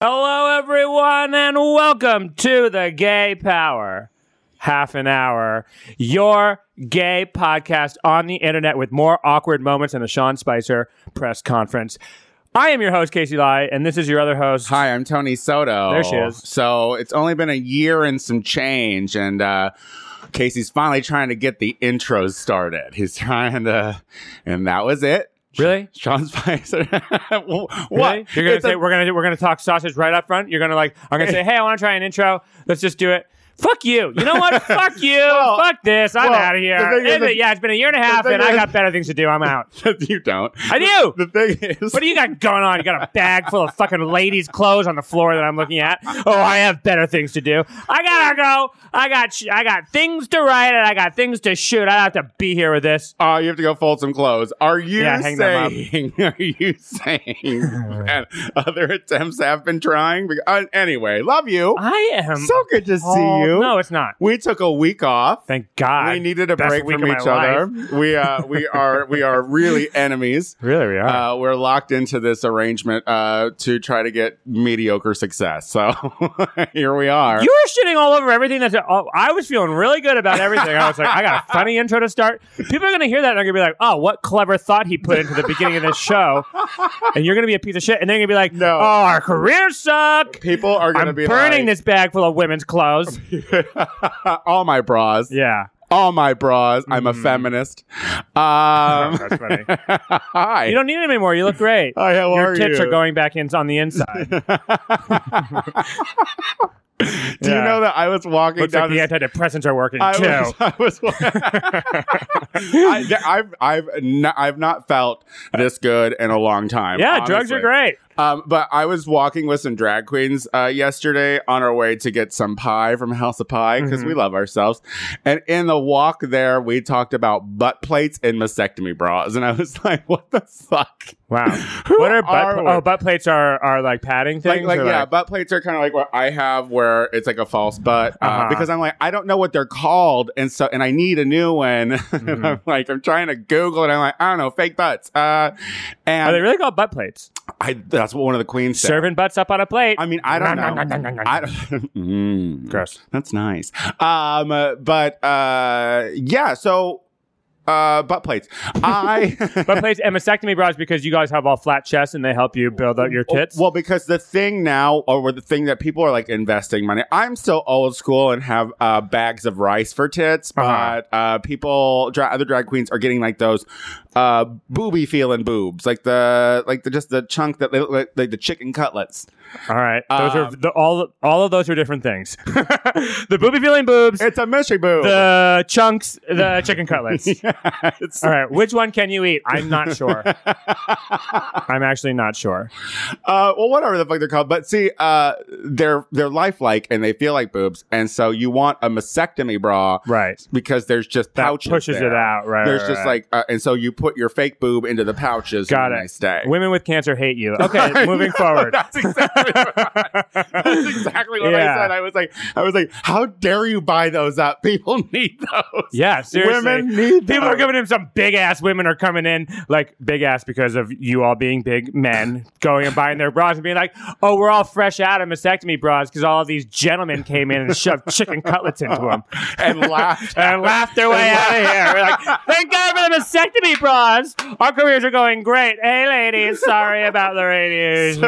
Hello, everyone, and welcome to the Gay Power Half an Hour, your gay podcast on the internet with more awkward moments than a Sean Spicer press conference. I am your host, Casey Lai, and this is your other host. Hi, I'm Tony Soto. There she is. So it's only been a year and some change, and uh, Casey's finally trying to get the intros started. He's trying to, and that was it. Really? Sean Spicer. what? Really? You're gonna It's say a- we're gonna do, we're gonna talk sausage right up front. You're gonna like I'm gonna say, hey, I want to try an intro. Let's just do it. Fuck you. You know what? Fuck you. Well- Fuck this. I'm well, out of here. the thing is Is that- it- yeah, it's been a year and a half, thing and I is- got better things to do. I'm out. you don't. I do. The thing is, What do you got going on? You got a bag full of fucking ladies' clothes on the floor that I'm looking at. Oh, I have better things to do. I gotta go. I got sh- I got things to write and I got things to shoot. I don't have to be here with this. Oh, you have to go fold some clothes. Are you Yeah, hang them up. saying? Are you saying that other attempts have been trying? Because, uh, anyway, love you. I am so good to see appalled. you. Um, oh, No, it's not. We took a week off. Thank God. we needed a Best break week from of each my other. We uh, we are we are really enemies. really, we are. Uh, we're locked into this arrangement uh, to try to get mediocre success. So here we are. you were shitting all over everything. That's oh, I was feeling really good about everything. I was like, I got a funny intro to start. People are gonna hear that and they're gonna be like, Oh, what clever thought he put into the beginning of this show. And you're gonna be a piece of shit. And they're gonna be like, No. Oh, our careers suck. People are going to I'm be burning like, this bag full of women's clothes. all my bras, yeah. Mm-hmm. all my bras. I'm a feminist. Um, That's funny. hi. You don't need it anymore. You look great. hi. How Your are tits you? are going back in on the inside. Do you Yeah. know that I was walking Looks like down the the antidepressants are working I too. was, I was. I, have I've not, I've not felt this good in a long time. yeah, drugs honestly. are great. Um, but I was walking with some drag queens uh, yesterday on our way to get some pie from House of Pie because Mm-hmm. we love ourselves. And in the walk there, we talked about butt plates and mastectomy bras, and I was like, "What the fuck?" Wow. what are butt? are pla- we? oh, butt plates are are like padding Like, things. like, or yeah, butt plates are kind of like what I have, where it's like a false butt, uh, Uh-huh. because I'm like, I don't know what they're called, and so, and I need a new one. and I'm like, I'm trying to Google, and I'm like, I don't know, fake butts. Uh, Mm-hmm. and Are they really called butt plates? I, that's what one of the queens said. Serving butts up on a plate. I mean, I don't Nom, nom, nom, nom, know. nom. I don't, Mm. Gross. That's nice. Um, uh, but uh, yeah, so uh, butt plates. I butt plates and mastectomy bras because you guys have all flat chests and they help you build up your tits. Oh, well, because the thing now, or the thing that people are like investing money. I'm still old school and have uh, bags of rice for tits, Uh-huh. but uh, people, dra- other drag queens, are getting like those uh, booby feeling boobs, like the like the just the chunk that they look like, like the chicken cutlets. all right, those are um, the, all all of those are different things. the booby feeling boobs, It's a mystery boob. the chunks, the chicken cutlets. It's- All right, which one can you eat? I'm not sure. I'm actually not sure. Uh, well, whatever the fuck they're called, but see, uh, they're they're lifelike and they feel like boobs, and so you want a mastectomy bra Right. because there's just That pouches. pushes there. it out. Right. There's right, just right. like, uh, and so you put your fake boob into the pouches. Got and it. They stay. women with cancer hate you. Okay, moving forward. That's exactly what, that's exactly what Yeah. I said. I was like, I was like, how dare you buy those up? People need those. Yeah, seriously. Women need People are those. giving him some big ass women are coming in, like big ass because of you all being big men, going and buying their bras and being like, oh, we're all fresh out of mastectomy bras because all of these gentlemen came in and shoved chicken cutlets into them and laugh. and laughed their way out of here. We're like, thank God for the mastectomy bras. Our careers are going great. Hey, ladies, sorry about the radiation.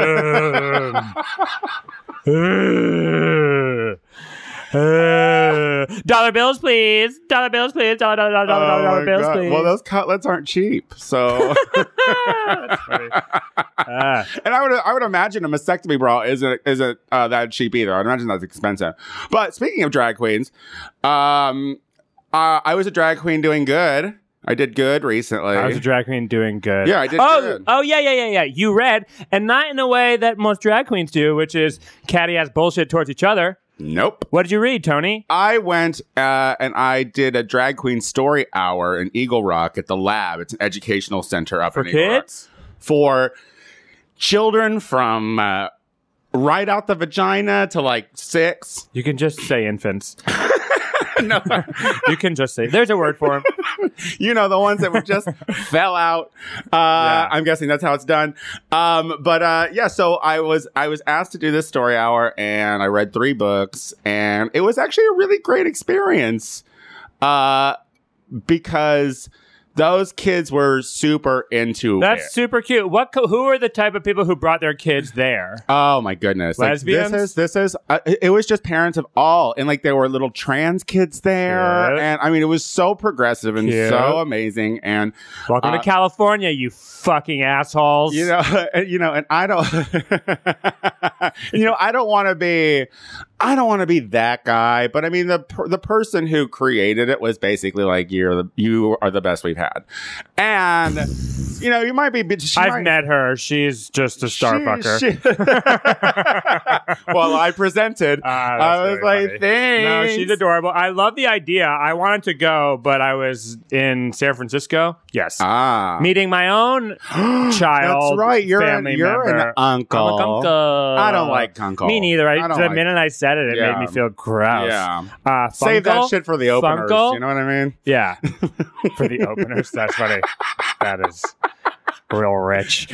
dollar bills, please. Dollar bills, please. Dollar, dollar, dollar, dollar, Oh dollar my bills, God. please. Well, those cutlets aren't cheap, so. Ah. And I would I would imagine a mastectomy bra isn't isn't uh, that cheap either. I'd imagine that's expensive. But speaking of drag queens, um, uh, I was a drag queen doing good. I did good recently. I was a drag queen doing good. Yeah, I did Oh, good. oh yeah, yeah, yeah, yeah. You read, and not in a way that most drag queens do, which is catty ass bullshit towards each other. nope. What did you read, Tony? I went uh, and I did a drag queen story hour in Eagle Rock at the lab. It's an educational center up For in Eagle Rock. kids? for children from uh, right out the vagina to like six. You can just say infants. no, you can just say there's a word for him. you know the ones that were just fell out. Uh, Yeah. I'm guessing that's how it's done. Um, but uh, yeah, so I was I was asked to do this story hour, and I read three books, and it was actually a really great experience uh, because those kids were super into That's it. super cute. What? Co- who are the type of people who brought their kids there? Oh my goodness! Like, Lesbians? this is this is. Uh, it it was just parents of all, and like there were little trans kids there, Cute. and I mean it was so progressive and Cute. so amazing, and Welcome Uh, to California, you fucking assholes. you know, and, you know, and I don't, you know, I don't want to be, I don't want to be that guy, but I mean the per- the person who created it was basically like you're the you are the best we've had, and you know you might be. she I've might- met her. She's just a she- starfucker. she- well, I presented. Ah, that's I was very like, funny. No, thanks. she's adorable. I love the idea. I wanted to go, but I was in San Francisco. Yes. Ah, Meeting my own That's child. right. You're an, family you're member. an uncle. I'm a uncle. I don't like uncle. Me neither. I, I don't the like- minute I said it, it Yeah. made me feel gross. Yeah. Uh, Save that Funkel? shit for the openers. Funkel? You know what I mean? Yeah. For the openers. That's funny. That is real rich.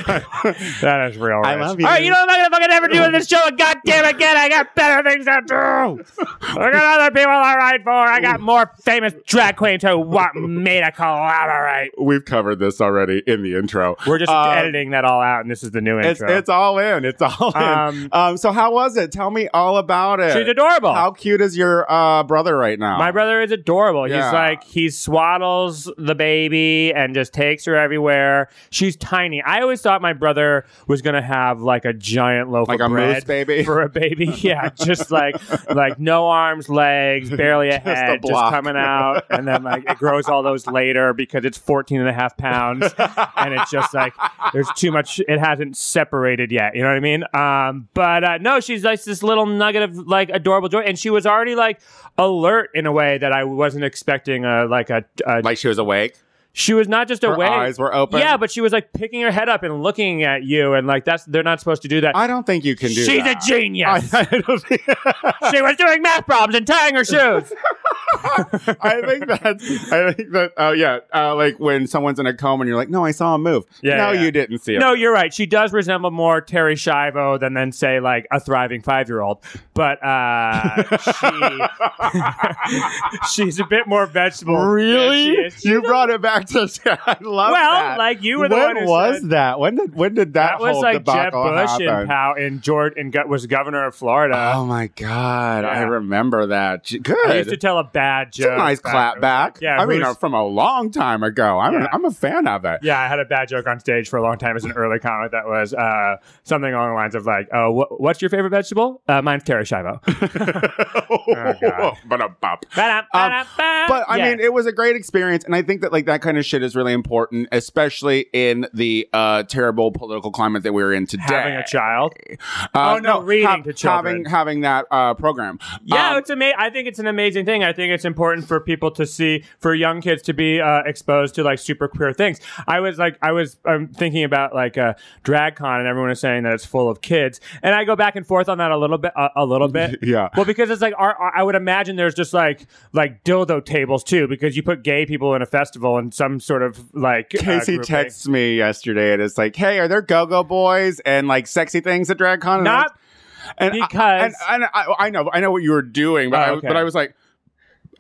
that is real rich. I love you. All right, you know what I'm not gonna fucking ever do with this show God damn it, again. I got better things to do. I got other people I write for. I got more famous drag queens who want me to collaborate. We've covered this already in the intro. We're just Um, editing that all out and this is the new It's intro. it's all in. It's all in. Um, um, so how was it? Tell me all about it. she's adorable. How cute is your uh, brother right now? My brother is adorable. Yeah. He's like he swaddles the baby and just takes her everywhere. She's tiny. I always thought my brother was gonna have like a giant loaf like of a bread moose baby. for a baby. Yeah, just like like no arms, legs, barely a Just a head, just block. coming out, and then like it grows all those later because it's 14 and a half pounds, and it's just like there's too much. It hasn't separated yet. You know what I mean? Um, but uh, no, she's like this little nugget of like adorable joy, and she was already like alert in a way that I wasn't expecting. A like a, a like she was awake. she was not just Her awake. eyes were open. yeah, but she was like picking her head up and looking at you, and like that's they're not supposed to do that. I don't think you can do She's that. a genius I, I don't think- she was doing math problems and tying her shoes. I think that's. I think that. Oh yeah. Uh, like when someone's in a coma and you're like, no, I saw him move. Yeah, No, yeah. you didn't see him. no, you're right. She does resemble more Terry Schiavo than then say like a thriving five year old. But uh, she she's a bit more vegetable. Really? Yeah, she is. She you brought it back to. I well, love that. like you were the one when who was said- that? When did when did that, that was whole like Jeb debacle Bush happen? in Pow in George and go- was governor of Florida. oh my god, I Yeah. remember that. J- Oh, Good. I used to tell a bad it's joke. a nice back- clap back. Yeah, I mean, who's- uh, from a long time ago. I'm Yeah. an, I'm a fan of it. Yeah, I had a bad joke on stage for a long time as an early comic that was uh, something along the lines of like, "Oh, wh- what's your favorite vegetable? Uh, mine's Terry Schiavo." God. but a bop. Ba-dum, ba-dum, ba. Um, But I Oh, Uh, Yeah. mean, it was a great experience, and I think that like that kind of shit is really important, especially in the uh, terrible political climate that we're in today. having a child. Uh, Oh, no, reading to children. having having that uh, program. Yeah, Um, it's amazing. I think it's an amazing thing. I think it's important for people to see, for young kids to be uh, exposed to like super queer things. I was like, I was um, thinking about like uh, drag con, and everyone is saying that it's full of kids, and I go back and forth on that a little bit, uh, a little bit. Yeah. Well, because it's like our, our- I would imagine there's just like like dildo tables too, because you put gay people in a festival and some sort of like uh, Casey grouping. texts me yesterday and it's like, "Hey, are there go-go boys and like sexy things at DragCon?" And I was- Not and I- because and, and I, I know I know what you were doing, but Oh, I, okay. but I was like,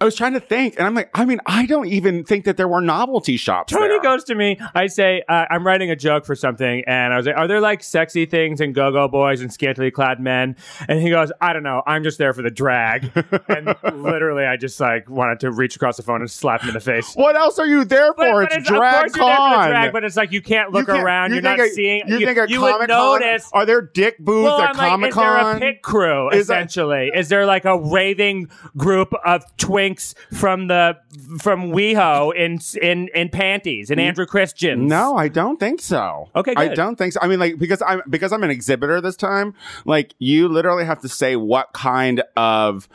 I was trying to think, and I'm like, I mean, I don't even think that there were novelty shops. Tony there. goes to me. I say, uh, I'm writing a joke for something. And I was like, Are there like sexy things and go go boys and scantily clad men? And he goes, I don't know. I'm just there for the drag. and literally, I just like wanted to reach across the phone and slap him in the face. What else are you there for? it's of drag course you're there for the con. drag, but it's like you can't look can't- around. You you are not think a- seeing. You, think a you would Comic Con? notice. Are there dick booths Well, at I'm like, Comic is there a Con? pit crew, Is that- essentially? Is there like a raving group of twinks from the from WeHo in in in panties and Andrew Christians? No, I don't think so. Okay, I good. don't think so. I mean, like because I'm because I'm an exhibitor this time. Like you literally have to say what kind of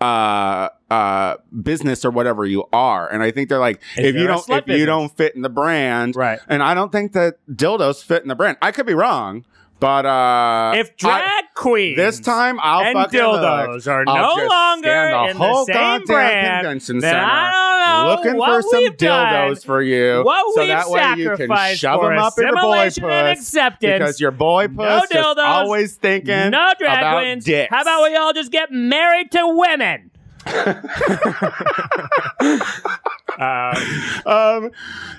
uh uh business or whatever you are and i think they're like Is if you there a don't slut if you business? don't fit in the brand Right. and i don't think that dildos fit in the brand i could be wrong But uh if drag I- queens this time I'll and fucking look. dildos are no I'll just longer stand the in whole the same goddamn brand, convention then center I don't know looking Oh, what for some we've done, dildos for you. what so we've that way you can sacrificed shove for them up in your boy assimilation and puss. acceptance. Because your boy puss just dildos, always thinking no drag about queens. dicks. How about we all just get married to women? uh, Um,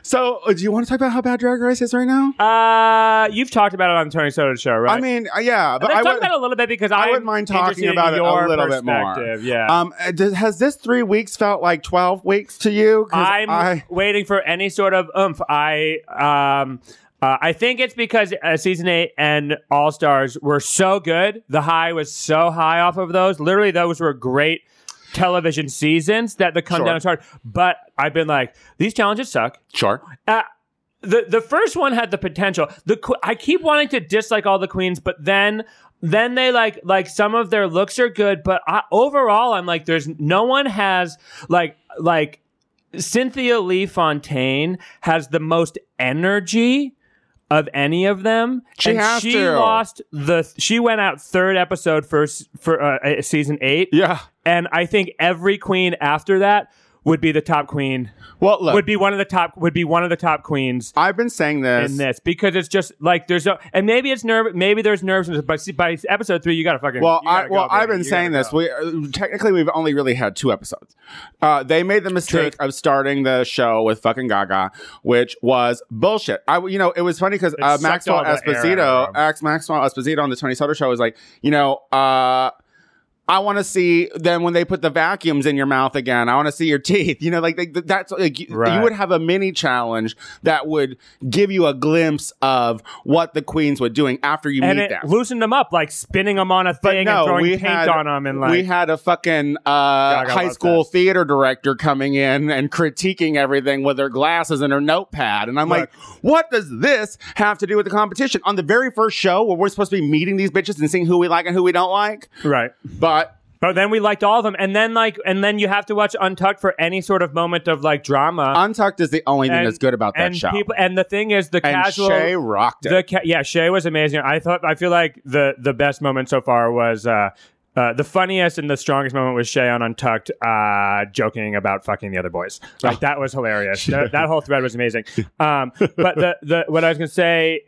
so uh, do you want to talk about how bad Drag Race is right now? uh, you've talked about it on the Tony Soto's show, right? I mean, uh, yeah, but Let's I talk would, about it a little bit because I I'm wouldn't mind talking interested in about it a your little bit more. perspective, Yeah. um, uh, does- has this three weeks felt like twelve weeks to you? 'Cause I'm I- waiting for any sort of oomph. I um, uh, I think it's because uh, season eight and All Stars were so good. The high was so high off of those. Literally, those were great television seasons that the come Sure. down is hard. But I've been like, these challenges suck. sure. Uh, the the first one had the potential. The que- I keep wanting to dislike all the queens, but then then they like like some of their looks are good, but I, overall I'm like there's no one has like like Cynthia Lee Fontaine has the most energy of any of them. She and has she to. lost the she went out third episode for s- for uh, uh, season 8 Yeah. and I think every queen after that would be the top queen Well, look, would be one of the top would be one of the top queens I've been saying this. in this because it's just like there's no and maybe it's nerve maybe there's nerves but see, by episode three you gotta fucking well, you I, gotta go, well, I've baby. been You saying gotta this. go. We uh, technically we've only really had two episodes. Uh, they made the mistake of starting the show with fucking Gaga, which was bullshit. I, you know, it was funny because uh, sucked Maxwell all the air out Esposito, of them. ex Maxwell Esposito on the Tony Sutter show was like, you know, uh. I want to see then when they put the vacuums in your mouth again. I want to see your teeth. You know, like they, that's like you- Right. you would have a mini challenge that would give you a glimpse of what the queens were doing after you and meet it them. loosened them up like spinning them on a thing and throwing paint on them and like we had a fucking uh, God, I high love school that. theater director coming in and critiquing everything with her glasses and her notepad, and I'm Look. like, what does this have to do with the competition? On the very first show where we're supposed to be meeting these bitches and seeing who we like and who we don't like, right but but then we liked all of them and then like and then you have to watch Untucked for any sort of moment of like drama Untucked is the only thing and- that's good about that and show. people and the thing is the and casual Shay rocked it. The ca- yeah, Shay was amazing. I thought I feel like the the best moment so far was uh, uh, the funniest and the strongest moment was Shay on Untucked uh, joking about fucking the other boys. Oh. Like that was hilarious. that, that whole thread was amazing. Um, but the, the what I was gonna say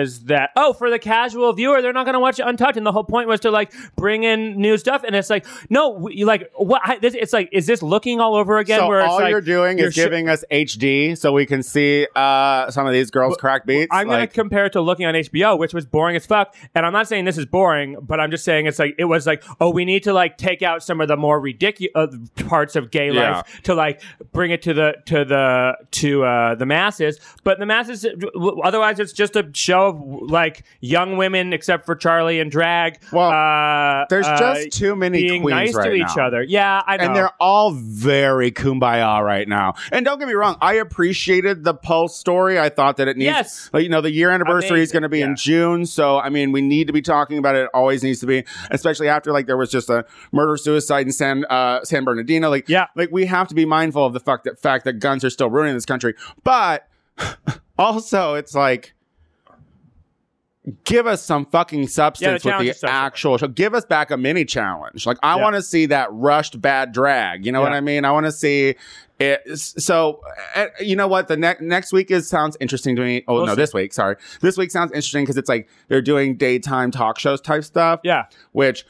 is that oh, for the casual viewer, they're not gonna watch Untucked, and the whole point was to like bring in new stuff, and it's like no, we, like what? I, this, it's like is this looking all over again? so where it's all like, you're doing you're is sh- giving us HD so we can see uh, some of these girls crack beats. I'm going Like, to compare it to looking on HBO, which was boring as fuck. And I'm not saying this is boring, but I'm just saying it's like it was like, oh, we need to like take out some of the more ridiculous uh, parts of gay Yeah. life to like bring it to the to the to uh, the masses. But the masses, uh, otherwise, it's just a show of like young women, except for Charlie and drag. Well, uh, there's uh, just too many being queens nice right to each now. other. Yeah, I know. and they're all very kumbaya right now. And don't get me wrong, I appreciated the Pulse story. I thought that it needs, Yes. like, you know, the year anniversary is Amazing, going to be yeah. in June. So, I mean, we need to be talking about it. It always needs to be, especially after like there was just a murder suicide in San uh, San Bernardino. Like, Yeah. like we have to be mindful of the fact that fact that guns are still ruining this country. But also, it's like. Give us some fucking challenge substance with is the substance. actual show. Give us back a mini challenge. Like I Yeah. want to see that rushed bad drag. You know what Yeah. I mean? I want to see it. So uh, you know what? The next next week is sounds interesting to me. Oh We'll no, see. this week. Sorry, this week sounds interesting because it's like they're doing daytime talk shows type stuff. yeah, Which,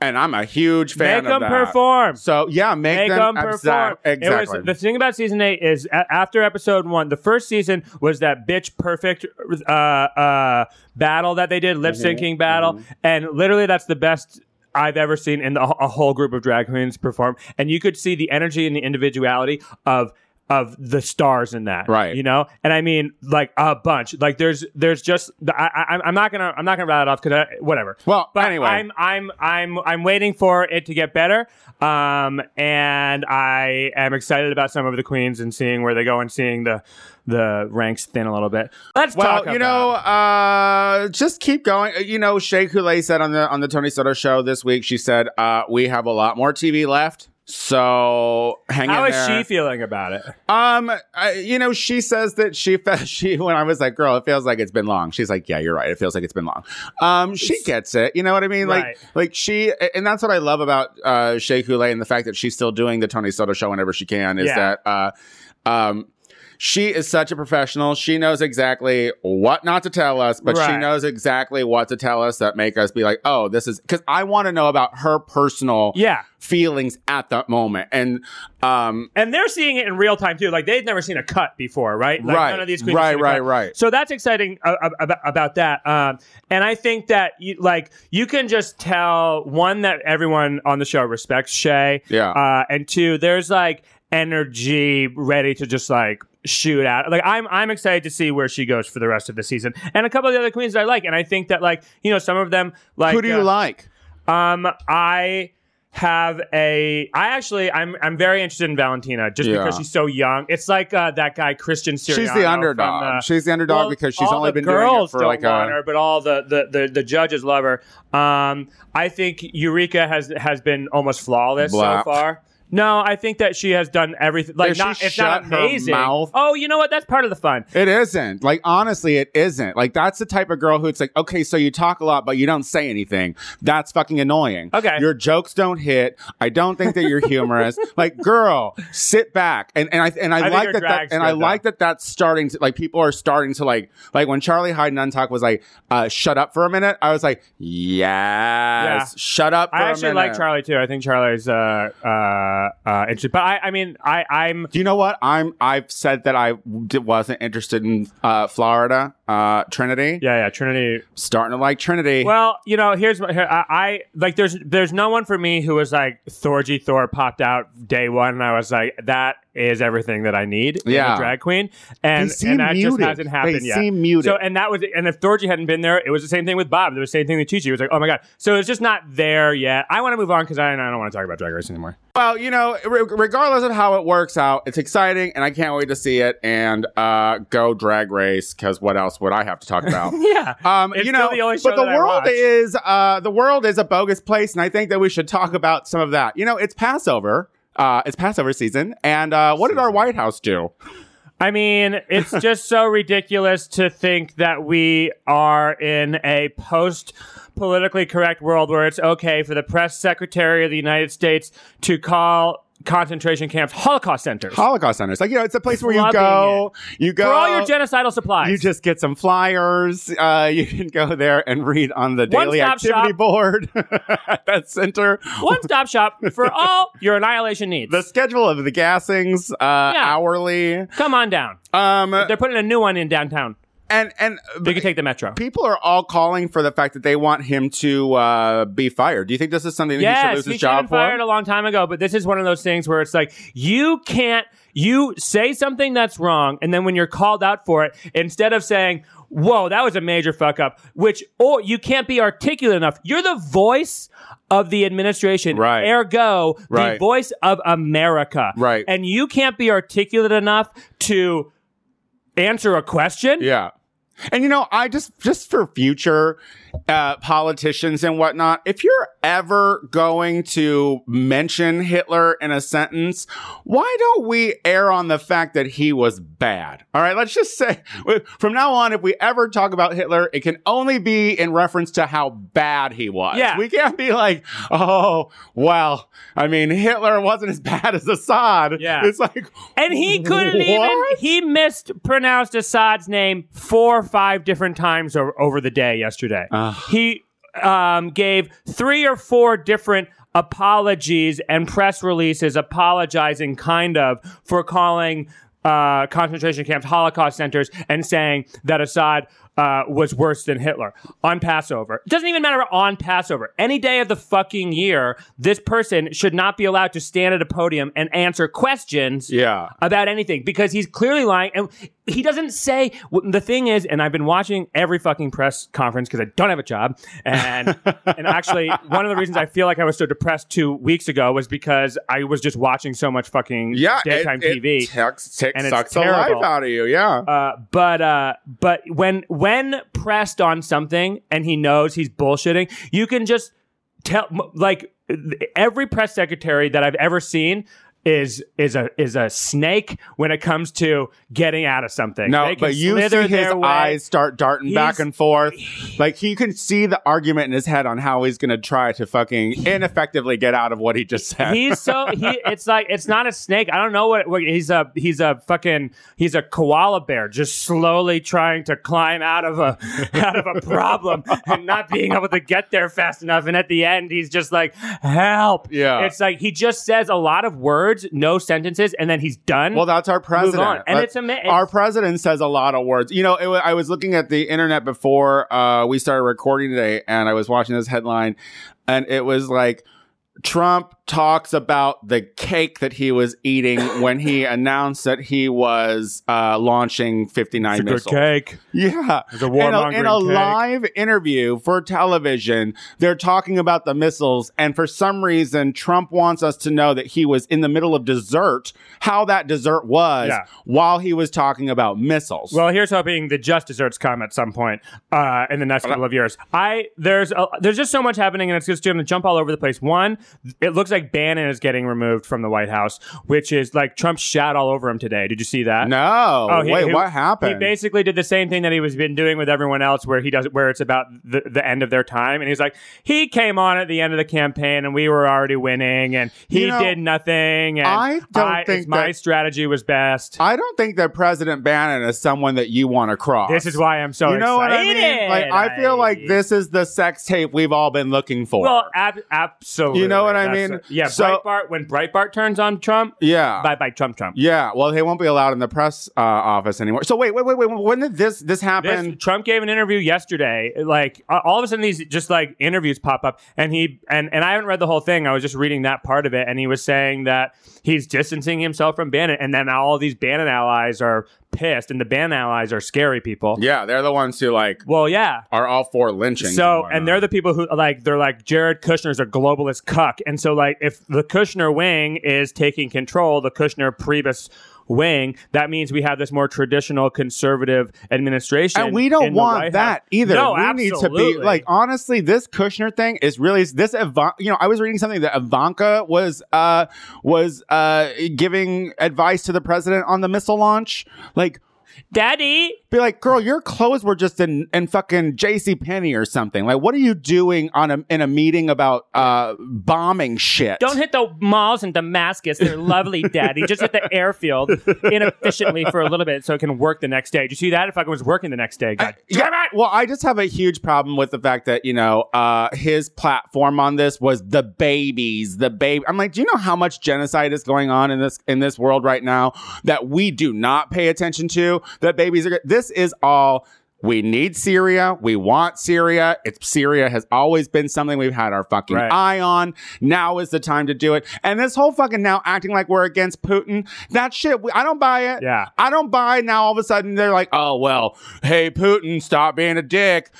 and I'm a huge fan make of them that. perform. So yeah, make, make them them, perform. exact- Exactly. It was, the thing about season eight is a- after episode one, the first season was that bitch perfect uh, uh, battle that they did, lip syncing battle, and literally that's the best. I've ever seen in the, a whole group of drag queens perform, and you could see the energy and the individuality of of the stars in that, Right. You know, and I mean like a bunch. Like there's there's just I, I I'm not gonna I'm not gonna rattle it off because whatever. well, But anyway, I'm I'm I'm I'm waiting for it to get better. Um, and I am excited about some of the queens and seeing where they go and seeing the the ranks thin a little bit. Let's Well, talk. you know, about it. uh, just keep going. Uh, You know, Shay Coulee said on the on the Tony Soto show this week. She said, uh, "We have a lot more TV left, So hang How in is there. she feeling about it? Um, I, you know, she says that she fe- she when I was like, "Girl, it feels like it's been long." She's like, "Yeah, you're right. It feels like it's been long." Um, she gets it. You know what I mean? Right. Like, like she, and that's what I love about uh Shea Coulee and the fact that she's still doing the Tony Soto show whenever she can is Yeah. that uh, um. She is such a professional. She knows exactly what not to tell us, but she Right. knows exactly what to tell us that make us be like, "Oh, this is." Because I want to know about her personal Yeah. feelings at that moment, and um, And they're seeing it in real time too. Like they've never seen a cut before, right? Like right. None of these queens have right, seen a right, cut. right. So that's exciting uh, ab- ab- about that. Um, and I think that you, like you can just tell one that everyone on the show respects Shay. Yeah. Uh, and two, there's like energy ready to just like shoot out. Like I'm I'm excited to see where she goes for the rest of the season. And a couple of the other queens that I like. And I think that like, you know, some of them like Who do you uh, like? um, I have a. I actually, I'm I'm very interested in Valentina just Yeah. because she's so young. It's like uh, that guy Christian Siriano. She's the underdog. from the- she's the underdog Well, because she's all only the been doing it girls for don't like want a. her, but all the the, the, the judges love her. Um, I think Eureka has has been almost flawless Blah. so far. No, I think that she has done everything. Like Does she not, it's not shut her amazing. mouth? Oh, you know what? That's part of the fun. It isn't like honestly, it isn't like that's the type of girl who it's like okay, so you talk a lot but you don't say anything. That's fucking annoying. Okay. your jokes don't hit. I don't think that you're humorous. like, girl, sit back and and I and I, think like her that, that drag's and I good, like that that's starting to like people are starting to like like when Charlie Hyde and Untalk was like uh, shut up for a minute. I was like yes, shut up. For I a actually like minute." Charlie too. I think Charlie's uh uh uh interesting. But I I mean I I'm Do you know what? I'm. I've said that I d- wasn't interested in uh, Florida, uh, Trinity. yeah yeah Trinity Starting to like Trinity. Well, you know, here's my, here, I, I like. There's there's no one for me who was like Thorgy Thor popped out day one, and I was like, that is everything that I need. in a Yeah. drag queen, they and, seem and that muted. just hasn't happened they yet. seem muted. So and that was and if Thorgy hadn't been there, it was the same thing with Bob. It was the same thing with Chi Chi. It was like, oh my god. So it's just not there yet. I want to move on because I, I don't want to talk about Drag Race anymore. well, you know, re- regardless of how it works out, it's exciting, and I can't wait to see it. And uh, go drag race, because what else would I have to talk about? Yeah. Um, It's you still know, the only show but the that I world watch. is uh, the world is a bogus place, and I think that we should talk about some of that. You know, it's Passover. Uh, it's Passover season, and uh, what did our White House do? I mean, it's just so ridiculous to think that we are in a post politically correct world where it's okay for the press secretary of the United States to call concentration camps Holocaust centers Holocaust centers. Like, you know, it's a place where you Flubbing go, you go, for all your genocidal supplies. you just get some flyers. Uh, you can go there and read on the One daily stop activity shop. board at that center. One stop shop for all your annihilation needs. The schedule of the gassings, uh, hourly. Come on down. Um, They're putting a new one in downtown. and, and You can take the metro. people are all calling for the fact that they want him to, uh, be fired. Do you think this is something that he should lose he his should have job been fired for? a long time ago. But this is one of those things where it's like you can't you say something that's wrong, and then when you're called out for it, instead of saying "Whoa, that was a major fuck up," which or you can't be articulate enough. You're the voice of the administration, Right. Ergo, the Right. voice of America, Right. And you can't be articulate enough to answer a question. Yeah. And you know, I just just for future uh, politicians and whatnot, if you're ever going to mention Hitler in a sentence, why don't we err on the fact that he was bad? All right, let's just say w- from now on, if we ever talk about Hitler, it can only be in reference to how bad he was. Yeah. we can't be like, oh, well, I mean, Hitler wasn't as bad as Assad. Yeah. it's like, And he couldn't even. What? He mispronounced Assad's name four or five different times over, over the day yesterday. Ugh. He um, gave three or four different apologies and press releases apologizing, kind of, for calling uh, concentration camps Holocaust centers and saying that Assad. Uh, was worse than Hitler on Passover. It doesn't even matter on Passover. Any day of the fucking year, this person should not be allowed to stand at a podium and answer questions yeah, about anything because he's clearly lying and he doesn't say the thing is and i've been watching every fucking press conference because i don't have a job and and actually one of the reasons i feel like i was so depressed two weeks ago was because i was just watching so much fucking yeah, daytime it, tv It tucks- tick- and it's sucks the life terrible. out of you. Yeah. uh, but uh, but when when pressed on something and he knows he's bullshitting, you can just tell m- like every press secretary that I've ever seen is is a is a snake when it comes to getting out of something. No, They can but you see slither his their way. eyes start darting back He's- and forth. Like he can see the argument in his head on how he's going to try to fucking ineffectively get out of what he just said. He's so he. It's like it's not a snake. I don't know what, what he's a he's a fucking he's a koala bear just slowly trying to climb out of a out of a problem and not being able to get there fast enough. And at the end, he's just like, "Help!" Yeah. it's like he just says a lot of words, no sentences, and then he's done. well, that's our president. on. And Let- it's ama- Our president says a lot of words. You know, it, wa- I was looking at the internet before uh, we started recording today, and I was watching this headline, and it was like. Trump talks about the cake that he was eating when he announced that he was uh, launching 59 missiles. cake. Yeah. It's a in a, in a cake. live interview for television, they're talking about the missiles, and for some reason, Trump wants us to know that he was in the middle of dessert, how that dessert was Yeah. while he was talking about missiles. Well, here's hoping the just desserts come at some point uh, in the next couple of years. I there's a, there's just so much happening, and it's just doing the jump all over the place. One, it looks like Bannon is getting removed from the White House, which is like Trump shat all over him today. Did you see that? no. Oh, he- Wait, he- what He happened? basically did the same thing that he was been doing with everyone else, where he does where it's about the, the end of their time, and he's like, he came on at the end of the campaign, and we were already winning, and he You know, did nothing, and I don't I- think my that- strategy was best. I don't think that President Bannon is someone that you want to cross. this is why I'm so you know what I excited. mean? Like, I feel like this is the sex tape we've all been looking for. Well, ab- absolutely. You know what I That's- mean? yeah, So- Uh, Breitbart, when Breitbart turns on Trump, yeah. bye bye, Trump, Trump. Yeah, well, they won't be allowed in the press uh, office anymore. So wait, wait, wait, wait. When did this This- this happen? Trump gave an interview yesterday. Like a- all of a sudden, these just like interviews pop up, and he and and I haven't read the whole thing. I was just reading that part of it, and he was saying that he's distancing himself from Bannon, and then all these Bannon allies are pissed, and the Bannon allies are scary people. yeah, they're the ones who like Well, yeah. are all for lynching. So, and they're the people who like they're like Jared Kushner's a globalist cuck, and so like if the Kushner wing is taking control, the Kushner Priebus wing, that means we have this more traditional conservative administration, and we in don't the White want that House. either. No, we need to absolutely. be like honestly, this Kushner thing is really this Ivan. You know, I was reading something that Ivanka was uh was uh giving advice to the president on the missile launch. Like, Daddy. be like, girl, your clothes were just in in fucking J.C. Penney or something. Like, what are you doing on a in a meeting about uh bombing shit? Don't hit the malls in Damascus. They're lovely, Daddy. Just hit the airfield inefficiently for a little bit so it can work the next day. Did you see that? If I was working the next day, God Yeah, well, I just have a huge problem with the fact that you know uh, his platform on this was the babies, the baby. I'm like, do you know how much genocide is going on in this in this world right now that we do not pay attention to? That babies are. This is all. We need Syria. We want Syria. It's Syria has always been something we've had our fucking Right. eye on. Now is the time to do it. And this whole fucking now acting like we're against Putin. That shit. We, I don't buy it. Yeah. I don't buy now all of a sudden they're like, oh, well, hey, Putin, stop being a dick.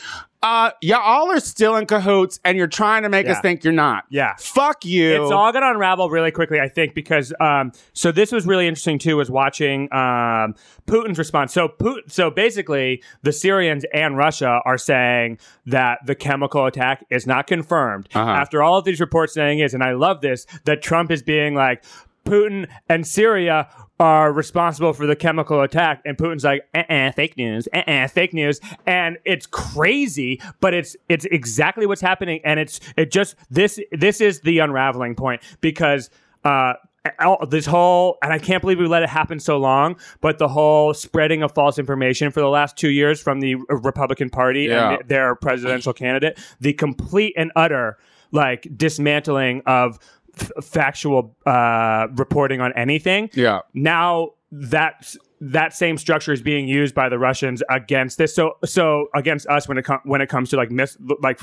Uh, y'all are still in cahoots and you're trying to make Yeah. us think you're not. Yeah. Fuck you. It's all going to unravel really quickly, I think, because um, so this was really interesting too. Was watching um, Putin's response. So Putin, so basically, the Syrians and Russia are saying that the chemical attack is not confirmed. Uh-huh. After all of these reports saying is, and I love this that Trump is being like Putin and Syria. Are responsible for the chemical attack, and Putin's like, uh-uh, fake news, uh-uh, fake news, and it's crazy, but it's it's exactly what's happening, and it's it just this this is the unraveling point because uh all- this whole and I can't believe we let it happen so long, but the whole spreading of false information for the last two years from the Republican Party Yeah. and their presidential candidate, the complete and utter like dismantling of f- factual uh, reporting on anything yeah. now that that same structure is being used by the Russians against this. So so against us when it com- when it comes to like miss like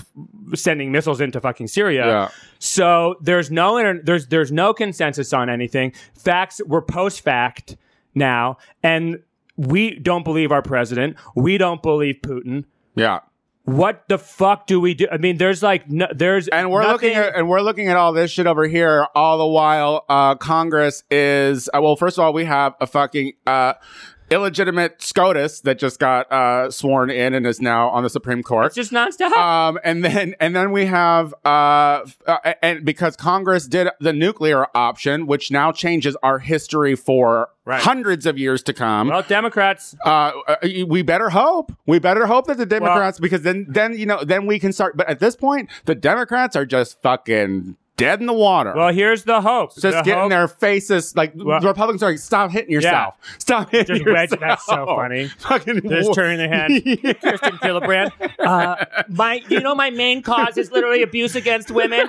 sending missiles into fucking Syria. Yeah. So there's no inter- there's there's no consensus on anything. Facts were post fact now, and we don't believe our president. We don't believe Putin. Yeah. What the fuck do we do? I mean, there's like no, there's And we're looking nothing- at and we're looking at all this shit over here. All the while, uh, Congress is uh, well. First of all, we have a fucking uh, illegitimate SCOTUS that just got uh, sworn in and is now on the Supreme Court. It's just nonstop. Um, and then and then we have uh, f- uh, and because Congress did the nuclear option, which now changes our history for Right. hundreds of years to come. well, Democrats. Uh, uh, we better hope. We better hope that the Democrats, because then, then you know, then we can start. But at this point, the Democrats are just fucking dead in the water. Well, here's the hope. just the getting hope- their faces like Well- the Republicans are like, stop hitting yourself. Stop hitting Just wedge. yourself. That's so funny. Fucking They're just turning their head. Kristen Gillibrand. Uh, my, you know, my main cause is literally abuse against women.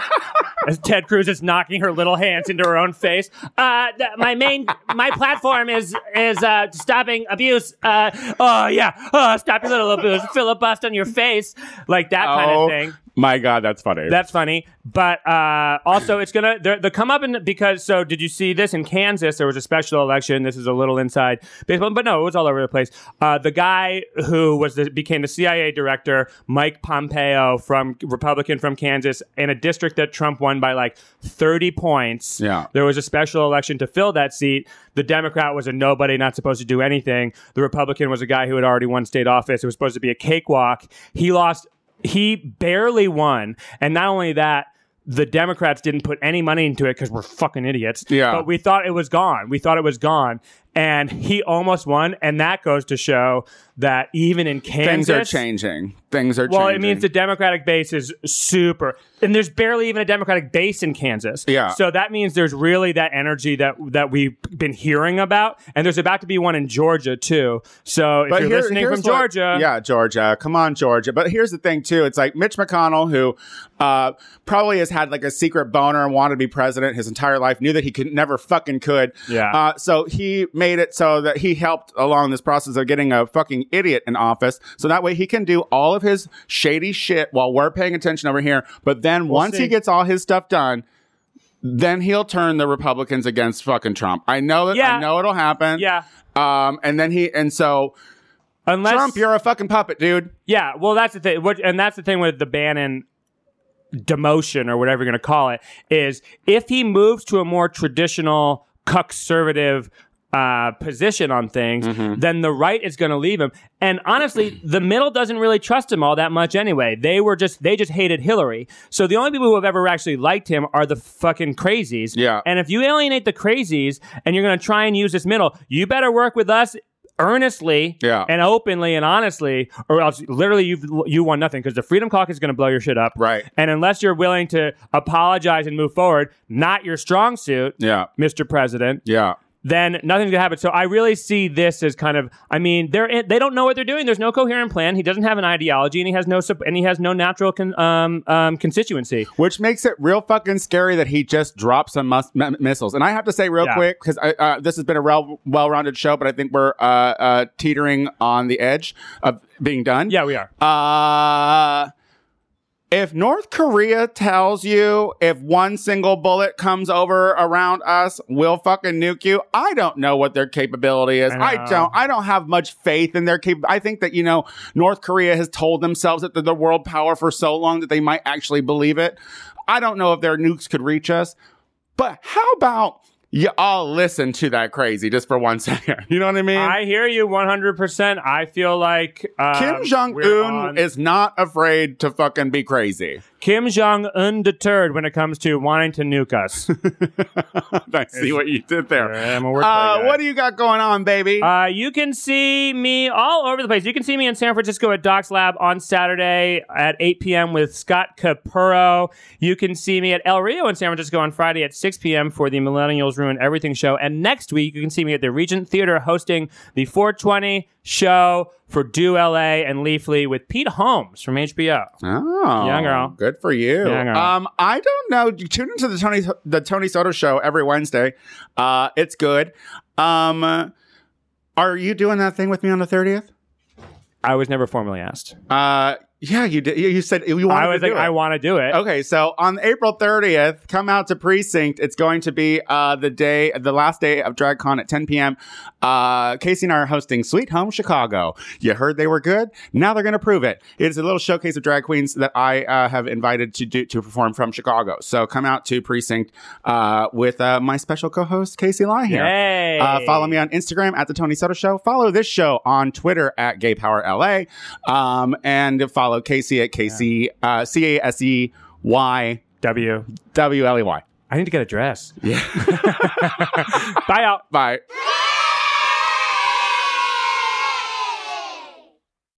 As Ted Cruz is knocking her little hands into her own face. Uh, th- my main, my platform is is uh, stopping abuse. Uh, oh yeah, oh, stop your little abuse. Filibust on your face, like that kind Oh. of thing. My God, that's funny. That's funny. But uh, also, it's gonna the, the come up in because so did you see this in Kansas? There was a special election. This is a little inside baseball, but no, it was all over the place. Uh, the guy who was the, became the CIA director, Mike Pompeo, from Republican from Kansas, in a district that Trump won by like thirty points. Yeah. There was a special election to fill that seat. The Democrat was a nobody, not supposed to do anything. The Republican was a guy who had already won state office. It was supposed to be a cakewalk. He lost. He barely won, and not only that. The Democrats didn't put any money into it because we're fucking idiots. Yeah. But we thought it was gone. We thought it was gone. And he almost won. And that goes to show that even in Kansas, Things are changing. Things are well, changing. it means the Democratic base is super, and there's barely even a Democratic base in Kansas. Yeah. So that means there's really that energy that that we've been hearing about, and there's about to be one in Georgia too. So if you're here- listening here's from what- Georgia, yeah, Georgia, come on, Georgia. But here's the thing too: it's like Mitch McConnell, who uh, probably has had like a secret boner and wanted to be president his entire life, knew that he could never fucking could. Yeah. Uh, so he made it so that he helped along this process of getting a fucking idiot in office, so that way he can do all of his shady shit while we're paying attention over here. But then once see. he gets all his stuff done. Then he'll turn the Republicans against fucking Trump. I know that. Yeah. I know it'll happen. yeah, Um. And then he. And so unless Trump, you're a fucking puppet, dude. yeah, well that's the thing, what, and that's the thing with the Bannon demotion or whatever you're going to call it is if he moves to a more traditional conservative uh, position on things, then the right is going to leave him. And honestly, the middle doesn't really trust him all that much anyway. They were just they just hated Hillary. So the only people who have ever actually liked him are the fucking crazies. Yeah. And if you alienate the crazies and you're going to try and use this middle, you better work with us earnestly Yeah. and openly and honestly, or else literally you've you won nothing because the Freedom Caucus is going to blow your shit up. Right. And unless you're willing to apologize and move forward, not your strong suit, Yeah. Mr. President, Yeah. then nothing's going to happen. So I really see this as kind of, I mean, they're in, they don't know what they're doing. There's no coherent plan. He doesn't have an ideology, and he has no sup- and he has no natural con- um, um, constituency. Which makes it real fucking scary that he just dropped some mus- m- missiles. And I have to say real Yeah. quick, because uh, this has been a rel- well-rounded show, but I think we're uh, uh, teetering on the edge of being done. Yeah, we are. Uh, if North Korea tells you if one single bullet comes over around us, we'll fucking nuke you. I don't know what their capability is. I I, know. don't. I don't have much faith in their cap. I think that you know North Korea has told themselves that they're the world power for so long that they might actually believe it. I don't know if their nukes could reach us. But how about you all listen to that crazy just for one second? You know what I mean? I hear you 100%. I feel like um, Kim Jong we're on- Un is not afraid to fucking be crazy. Kim Jong undeterred when it comes to wanting to nuke Uh, us. I see what you did there. I'm a word Uh, play guy. what do you got going on, baby? Uh, you can see me all over the place. You can see me in San Francisco at Docs Lab on Saturday at 8 p.m. with Scott Capurro. You can see me at El Rio in San Francisco on Friday at 6 p.m. for the Millennials Ruin Everything show. And next week, you can see me at the Regent Theater hosting the 420 show for Do LA and Leafly with Pete Holmes from HBO. oh, yeah, girl. Good for you. Yeah, girl. Um, I don't know. You Tune into the Tony the Tony Soto show every Wednesday. Uh, it's good. Um, are you doing that thing with me on the thirtieth? I was never formally asked. Uh, Yeah, you did. You you said you wanted I was to like, do it. Oh, I want to do it. Okay, so on April 30th, come out to Precinct. It's going to be uh, the day, the last day of DragCon at 10 p.m. Uh, Casey and I are hosting Sweet Home Chicago. You heard they were good. Now they're going to prove it. It's a little showcase of drag queens that I uh, have invited to do to perform from Chicago. So come out to Precinct uh, with uh, my special co-host Casey Lyhan. Yay. Uh, follow me on Instagram at the Tony Sutter Show. Follow this show on Twitter at Gay Power LA, um, and follow Casey at Casey uh, C A S E Y W. W L E Y. I need to get a dress. Yeah. Bye out. Bye.